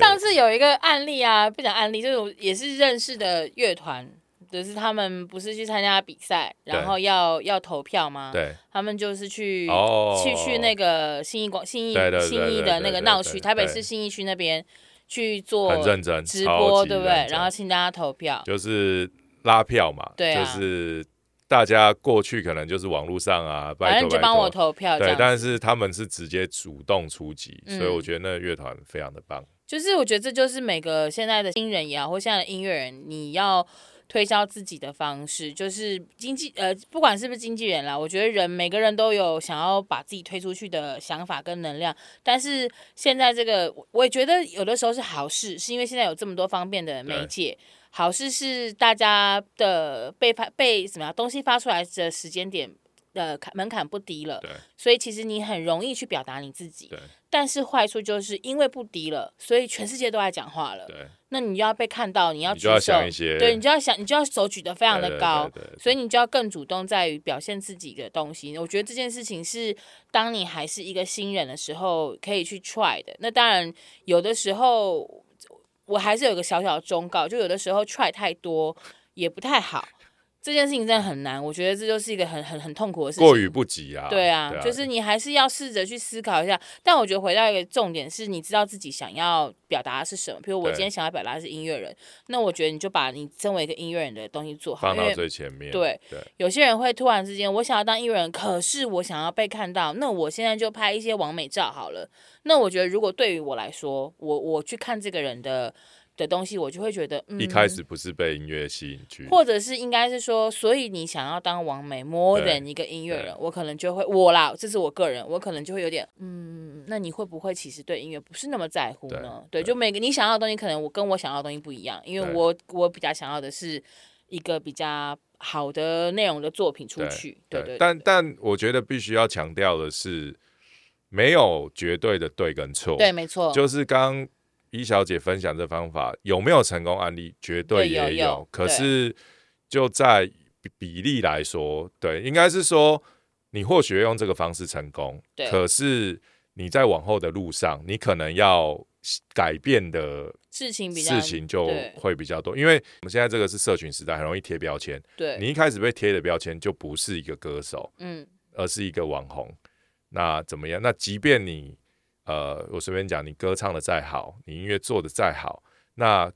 [SPEAKER 2] 上次有一个案例啊，不讲案例，就是我也是认识的乐团，就是他们不是去参加比赛，然后要要投票吗？
[SPEAKER 1] 对
[SPEAKER 2] 他们就是去、
[SPEAKER 1] 哦，
[SPEAKER 2] 啊去去那个信义广信义
[SPEAKER 1] 对对对
[SPEAKER 2] 信义
[SPEAKER 1] 对
[SPEAKER 2] 的
[SPEAKER 1] 对
[SPEAKER 2] 那
[SPEAKER 1] 对
[SPEAKER 2] 个闹
[SPEAKER 1] 对
[SPEAKER 2] 区，台北
[SPEAKER 1] 对
[SPEAKER 2] 市信义区那边去做
[SPEAKER 1] 很认真
[SPEAKER 2] 直
[SPEAKER 1] 超
[SPEAKER 2] 播，
[SPEAKER 1] 级
[SPEAKER 2] 对不对
[SPEAKER 1] 认？真
[SPEAKER 2] 然后请大家投票，
[SPEAKER 1] 就是拉票嘛，
[SPEAKER 2] 对啊
[SPEAKER 1] 就是大家过去可能就是网络上啊，
[SPEAKER 2] 反
[SPEAKER 1] 拜托
[SPEAKER 2] 正你就帮我
[SPEAKER 1] 拜托，
[SPEAKER 2] 投票这
[SPEAKER 1] 对，
[SPEAKER 2] 样。
[SPEAKER 1] 但是他们是直接主动出击，
[SPEAKER 2] 嗯
[SPEAKER 1] 所以我觉得那个乐团非常的棒，
[SPEAKER 2] 就是我觉得这就是每个现在的新人也好，或现在的音乐人，你要推销自己的方式，就是经纪呃，不管是不是经纪人啦，我觉得人每个人都有想要把自己推出去的想法跟能量，但是现在这个我我也觉得有的时候是好事，是因为现在有这么多方便的媒介。好事是大家的被发被什么样东西发出来的时间点，呃，槛门槛不低了
[SPEAKER 1] 对，
[SPEAKER 2] 所以其实你很容易去表达你自己
[SPEAKER 1] 对。
[SPEAKER 2] 但是坏处就是因为不低了，所以全世界都在讲话了。
[SPEAKER 1] 对，
[SPEAKER 2] 那你就要被看到，你呃要
[SPEAKER 1] 你
[SPEAKER 2] 举
[SPEAKER 1] 就要
[SPEAKER 2] 手
[SPEAKER 1] 想一些
[SPEAKER 2] 对你就要想，你就要手举得非
[SPEAKER 1] 非
[SPEAKER 2] 常的高，
[SPEAKER 1] 对对对
[SPEAKER 2] 所以你就要更主动在于表现自己的东西。我觉得这件事情是当你还是一个新人的时候可以去 try 的。那当然，有的时候我还是有一个小小的忠告，就有的时候 try 太多也不太好。这件事情真的很难，我觉得这就是一个很很很痛苦的事情。
[SPEAKER 1] 过于不及啊，
[SPEAKER 2] 对啊，就是你还是要试着去思考一下。但我觉得回到一个重点是，你知道自己想要表达的是什么。比如我
[SPEAKER 1] 对
[SPEAKER 2] 今天想要表达的是音乐人，那我觉得你就把你身为一个音乐人的东西做好，
[SPEAKER 1] 放
[SPEAKER 2] 因
[SPEAKER 1] 到
[SPEAKER 2] 为
[SPEAKER 1] 最前面，
[SPEAKER 2] 对
[SPEAKER 1] 对
[SPEAKER 2] 有些人会突然之间，我想要当艺人，可是我想要被看到，那我现在就拍一些完美照好了。那我觉得，如果对于我来说，我我去看这个人的的东西，我就会觉得，嗯，
[SPEAKER 1] 一开始不是被音乐吸引去，
[SPEAKER 2] 或者是应该是说，所以你想要当王美 more
[SPEAKER 1] 对
[SPEAKER 2] than 一个音乐
[SPEAKER 1] 对
[SPEAKER 2] 人，我可能就会我啦，这是我个人，我可能就会有点，嗯，那你会不会其实对音乐不是那么在乎呢？对，
[SPEAKER 1] 对
[SPEAKER 2] 就每个你想要的东西，可能我跟我想要的东西不一样，因为
[SPEAKER 1] 对
[SPEAKER 2] 我我比较想要的是一个比较好的内容的作品出去，对对，
[SPEAKER 1] 但但我觉得必须要强调的是，没有绝对的对跟错，
[SPEAKER 2] 对，没错，
[SPEAKER 1] 就是刚一小姐分享这方法有没有成功案例，绝对
[SPEAKER 2] 对有
[SPEAKER 1] 也
[SPEAKER 2] 有
[SPEAKER 1] 可
[SPEAKER 2] 对
[SPEAKER 1] 是就在比比例来说，对，应该是说你或许用这个方式成功
[SPEAKER 2] 对，
[SPEAKER 1] 可是你在往后的路上，你可能要改变的
[SPEAKER 2] 事情比较
[SPEAKER 1] 事情就
[SPEAKER 2] 对
[SPEAKER 1] 会比较多，因为我们现在这个是社群时代，很容易贴标签。
[SPEAKER 2] 对，
[SPEAKER 1] 你一开始被贴的标签就不是一个歌手，
[SPEAKER 2] 嗯
[SPEAKER 1] 而是一个网红。那怎么样？那即便你呃，我随便讲，你歌唱的再好，你音乐做的再好，那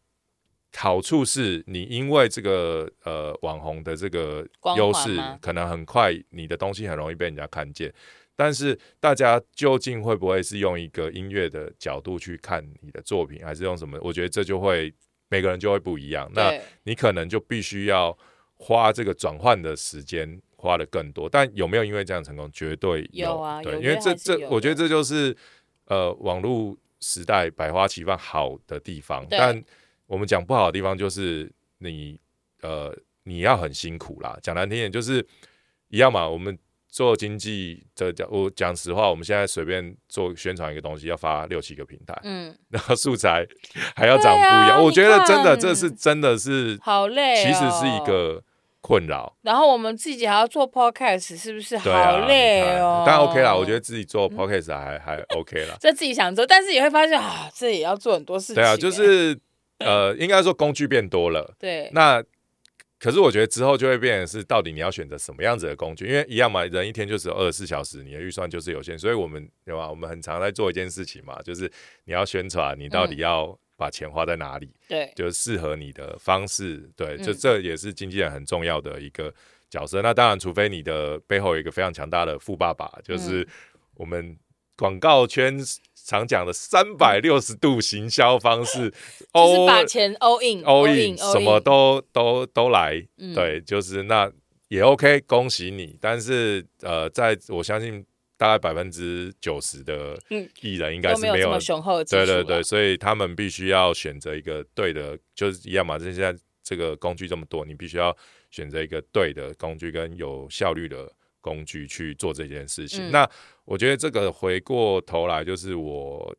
[SPEAKER 1] 好处是你因为这个呃网红的这个
[SPEAKER 2] 光环
[SPEAKER 1] 优
[SPEAKER 2] 吗
[SPEAKER 1] 势，可能很快你的东西很容易被人家看见。但是大家究竟会不会是用一个音乐的角度去看你的作品，还是用什么？我觉得这就会每个人就会不一样。那
[SPEAKER 2] 对
[SPEAKER 1] 你可能就必须要花这个转换的时间花的更多。但有没有因为这样成功？绝对
[SPEAKER 2] 有啊
[SPEAKER 1] 对，
[SPEAKER 2] 有
[SPEAKER 1] 因为
[SPEAKER 2] 约
[SPEAKER 1] 这
[SPEAKER 2] 还是
[SPEAKER 1] 这
[SPEAKER 2] 有，
[SPEAKER 1] 我觉得
[SPEAKER 2] 的
[SPEAKER 1] 这就是呃网络时代百花齐放好的地方。
[SPEAKER 2] 对
[SPEAKER 1] 但我们讲不好的地方就是你呃你要很辛苦啦，讲难听点就是一样嘛，我们。做经济的讲，我讲实话，我们现在随便做宣传一个东西，要发六七个平台，
[SPEAKER 2] 嗯，
[SPEAKER 1] 然后素材还要长不一
[SPEAKER 2] 对啊
[SPEAKER 1] 样。我
[SPEAKER 2] 你
[SPEAKER 1] 觉得真的，
[SPEAKER 2] 看
[SPEAKER 1] 这是真的是
[SPEAKER 2] 好累、哦，
[SPEAKER 1] 其实是一。个困扰。
[SPEAKER 2] 然后我们自己还要做 podcast，是不是
[SPEAKER 1] 对啊，
[SPEAKER 2] 好累哦？嗯
[SPEAKER 1] 但 OK 啦，我觉得自己做 podcast 还、还 OK 啦。
[SPEAKER 2] 这自己想做，但是也会发现啊，这也要做很多事情。
[SPEAKER 1] 对啊，
[SPEAKER 2] 欸
[SPEAKER 1] 就是呃，应该说工具变多了。
[SPEAKER 2] 对，
[SPEAKER 1] 那可是我觉得之后就会变成是，到底你要选择什么样子的工具？因为一样嘛，人一天就只有二十四小时，你的预算就是有限，所以我们对吧？我们很常在做一件事情嘛，就是你要宣传，你
[SPEAKER 2] 嗯
[SPEAKER 1] 到底要把钱花在哪里，
[SPEAKER 2] 对，
[SPEAKER 1] 就是适合你的方式。对，
[SPEAKER 2] 嗯
[SPEAKER 1] 就这也是经纪人很重要的一个角色。那当然，除非你的背后有一个非常强大的富爸爸，
[SPEAKER 2] 嗯
[SPEAKER 1] 就是我们广告圈。常讲的三百六十度行销方 式，
[SPEAKER 2] 就是把
[SPEAKER 1] 哦
[SPEAKER 2] 钱 all in
[SPEAKER 1] all
[SPEAKER 2] in
[SPEAKER 1] in，什么都都都来，
[SPEAKER 2] 嗯
[SPEAKER 1] 对，就是那也 OK，恭喜你。但是呃，在我相信大概百分之九十的
[SPEAKER 2] 嗯
[SPEAKER 1] 艺人应该
[SPEAKER 2] 都
[SPEAKER 1] 是
[SPEAKER 2] 没有
[SPEAKER 1] 没
[SPEAKER 2] 这
[SPEAKER 1] 有，
[SPEAKER 2] 么雄厚的基
[SPEAKER 1] 对
[SPEAKER 2] 础
[SPEAKER 1] 对
[SPEAKER 2] 了，
[SPEAKER 1] 对，所以他们必须要选择一个对的，就是一样嘛，现在这个工具这么多，你必须要选择一个对的工具跟有效率的。工具去做这件事情，
[SPEAKER 2] 嗯
[SPEAKER 1] 那我觉得这个回过头来就是我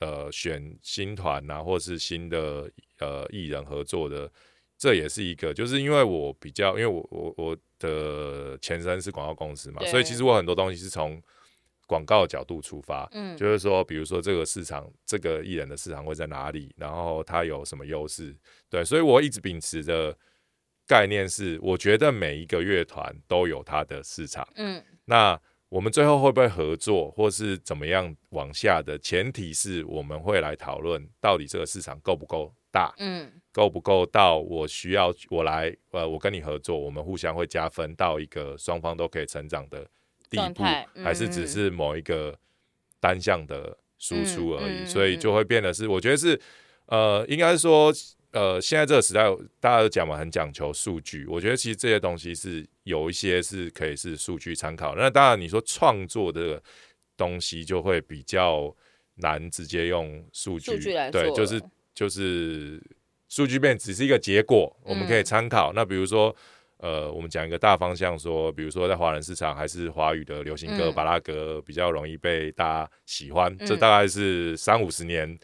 [SPEAKER 1] 呃选新团啊，或是新的呃艺人合作的，这也是一个，就是因为我比较，因为我我我的前身是广告公司嘛，
[SPEAKER 2] 对
[SPEAKER 1] 所以其实我很多东西是从广告角度出发，
[SPEAKER 2] 嗯
[SPEAKER 1] 就是说，比如说这个市场，这个艺人的市场会在哪里，然后他有什么优势，对，所以我一直秉持的概念是，我觉得每一个乐团都有它的市场。
[SPEAKER 2] 嗯
[SPEAKER 1] 那我们最后会不会合作，或是怎么样往下的前提是，我们会来讨论到底这个市场够不够大，
[SPEAKER 2] 嗯
[SPEAKER 1] 够不够到我需要我来呃，我跟你合作，我们互相会加分到一个双方都可以成长的地
[SPEAKER 2] 状
[SPEAKER 1] 步
[SPEAKER 2] 态，嗯
[SPEAKER 1] 还是只是某一个单向的输出而已，
[SPEAKER 2] 嗯嗯嗯
[SPEAKER 1] 所以就会变得是，我觉得是呃，应该说呃，现在这个时代大家都讲嘛，很讲求数据，我觉得其实这些东西是有一些是可以是数据参考，那当然你说创作这个东西就会比较难直接用数据
[SPEAKER 2] 数据来
[SPEAKER 1] 对，
[SPEAKER 2] 做
[SPEAKER 1] 就是
[SPEAKER 2] 了
[SPEAKER 1] 就是数据面只是一个结果，
[SPEAKER 2] 嗯
[SPEAKER 1] 我们可以参考。那比如说，呃，我们讲一个大方向说比如说在华人市场还是华语的流行歌、
[SPEAKER 2] 嗯
[SPEAKER 1] 巴拉格比较容易被大家喜欢，
[SPEAKER 2] 嗯
[SPEAKER 1] 这大概是三五十年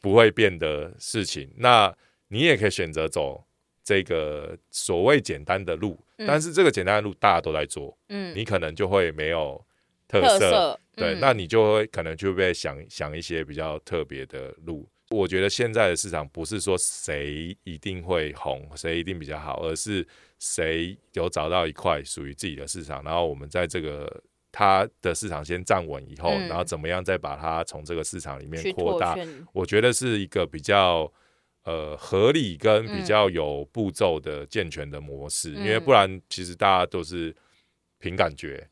[SPEAKER 1] 不会变的事情。那你也可以选择走这个所谓简单的路，
[SPEAKER 2] 嗯
[SPEAKER 1] 但是这个简单的路大家都在做，
[SPEAKER 2] 嗯，
[SPEAKER 1] 你可能就会没有
[SPEAKER 2] 特色
[SPEAKER 1] 对，
[SPEAKER 2] 嗯
[SPEAKER 1] 那你就会可能就会想想一些比较特别的路。我觉得现在的市场不是说谁一定会红，谁一定比较好，而是谁有找到一块属于自己的市场，然后我们在这个它的市场先站稳以后，
[SPEAKER 2] 嗯
[SPEAKER 1] 然后怎么样再把它从这个市场里面
[SPEAKER 2] 去
[SPEAKER 1] 扩
[SPEAKER 2] 拓
[SPEAKER 1] 大。
[SPEAKER 2] 圈，
[SPEAKER 1] 我觉得是一个比较呃合理跟比较有步骤的健全的模式，
[SPEAKER 2] 嗯
[SPEAKER 1] 因为不然其实大家都是凭感觉，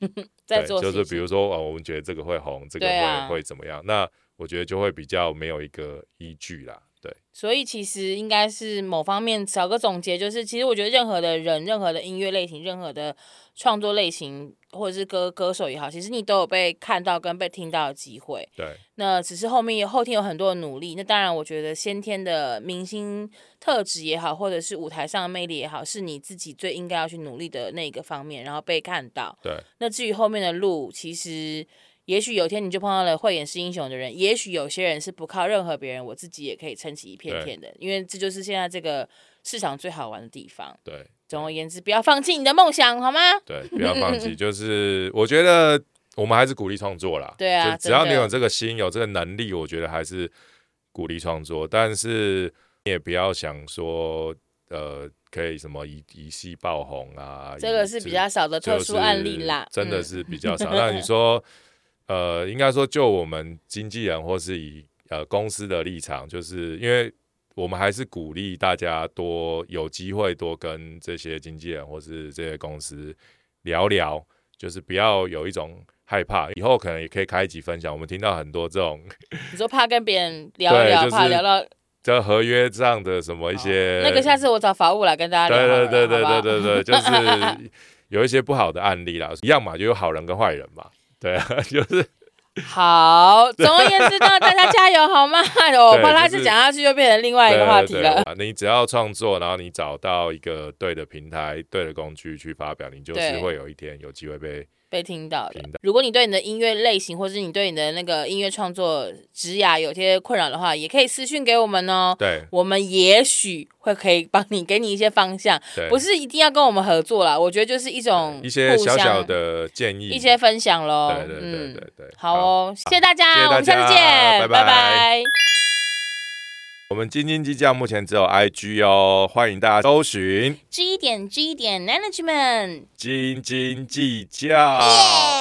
[SPEAKER 2] 在
[SPEAKER 1] 对
[SPEAKER 2] 做
[SPEAKER 1] 就是
[SPEAKER 2] 事
[SPEAKER 1] 比
[SPEAKER 2] 情
[SPEAKER 1] 如说，哦，我们觉得这个会红，这个
[SPEAKER 2] 对
[SPEAKER 1] 会、
[SPEAKER 2] 啊
[SPEAKER 1] 会怎么样？那我觉得就会比较没有一个依据啦。对，
[SPEAKER 2] 所以其实应该是某方面找个总结，就是其实我觉得任何的人、任何的音乐类型、任何的创作类型，或者是歌歌手也好，其实你都有被看到跟被听到的机会。
[SPEAKER 1] 对，
[SPEAKER 2] 那只是后面有后天有很多的努力。那当然，我觉得先天的明星特质也好，或者是舞台上的魅力也好，是你自己最应该要去努力的那个方面，然后被看到。
[SPEAKER 1] 对，
[SPEAKER 2] 那至于后面的路，其实也许有天你就碰到了慧眼识英雄的人，也许有些人是不靠任何别人，我自己也可以撑起一片
[SPEAKER 1] 对
[SPEAKER 2] 天的，因为这就是现在这个市场最好玩的地方。
[SPEAKER 1] 对，
[SPEAKER 2] 总而言之，不要放弃你的梦想，好吗？
[SPEAKER 1] 对，不要放 弃。就是我觉得我们还是鼓励创作啦。
[SPEAKER 2] 对啊
[SPEAKER 1] 就只要
[SPEAKER 2] 真
[SPEAKER 1] 你
[SPEAKER 2] 的
[SPEAKER 1] 有这个心，有这个能力，我觉得还是鼓励创作。但是你也不要想说，呃，可以什么一一夕爆红啊，
[SPEAKER 2] 这个
[SPEAKER 1] 一
[SPEAKER 2] 是
[SPEAKER 1] 就
[SPEAKER 2] 比较少的特殊案例啦，
[SPEAKER 1] 就是真的
[SPEAKER 2] 嗯
[SPEAKER 1] 是比较少。那你说，呃，应该说就我们经纪人或是以呃公司的立场，就是因为我们还是鼓励大家多有机会多跟这些经纪人或是这些公司聊聊，就是不要有一种。害怕，以后可能也可以开一集分享。我们听到很多这种
[SPEAKER 2] 你说怕跟别人聊
[SPEAKER 1] 对
[SPEAKER 2] 聊，
[SPEAKER 1] 就是
[SPEAKER 2] 怕聊到
[SPEAKER 1] 在合约上的什么一些、
[SPEAKER 2] 哦那个，下次我找法务来跟大家聊好
[SPEAKER 1] 呃对
[SPEAKER 2] 了。
[SPEAKER 1] 对对
[SPEAKER 2] 好不好
[SPEAKER 1] 对对对对，就是有一些不好的案例啦，一样嘛，就有好人跟坏人嘛。对啊， 就是
[SPEAKER 2] 好，总而言之呢，大家加油 好吗？ 我
[SPEAKER 1] 对
[SPEAKER 2] 怕他
[SPEAKER 1] 就是
[SPEAKER 2] 再讲下去就变成另外一个话题
[SPEAKER 1] 对对
[SPEAKER 2] 了。
[SPEAKER 1] 对你只要创作，然后你找到一个对的平台、对的工具去发表，你就是
[SPEAKER 2] 对
[SPEAKER 1] 会有一天有机会被
[SPEAKER 2] 被听到的
[SPEAKER 1] 听。
[SPEAKER 2] 如果你对你的音乐类型，或是你对你的那个音乐创作职涯有些困扰的话，也可以私讯给我们哦。
[SPEAKER 1] 对
[SPEAKER 2] 我们也许会可以帮你，给你一些方向，
[SPEAKER 1] 对，
[SPEAKER 2] 不是一定要跟我们合作啦。我觉得就是一种
[SPEAKER 1] 一些
[SPEAKER 2] 互
[SPEAKER 1] 小
[SPEAKER 2] 相
[SPEAKER 1] 小的建议，
[SPEAKER 2] 一些分享喽。
[SPEAKER 1] 对对对
[SPEAKER 2] 嗯
[SPEAKER 1] 对对，
[SPEAKER 2] 好哦，谢谢大家，
[SPEAKER 1] 谢谢大
[SPEAKER 2] 我们下次
[SPEAKER 1] 家
[SPEAKER 2] 见，
[SPEAKER 1] 拜拜
[SPEAKER 2] 拜
[SPEAKER 1] 我们斤斤计较目前只有 IG 哦，欢迎大家搜寻
[SPEAKER 2] G 点 G 点 Management。
[SPEAKER 1] 斤斤计较。
[SPEAKER 2] 耶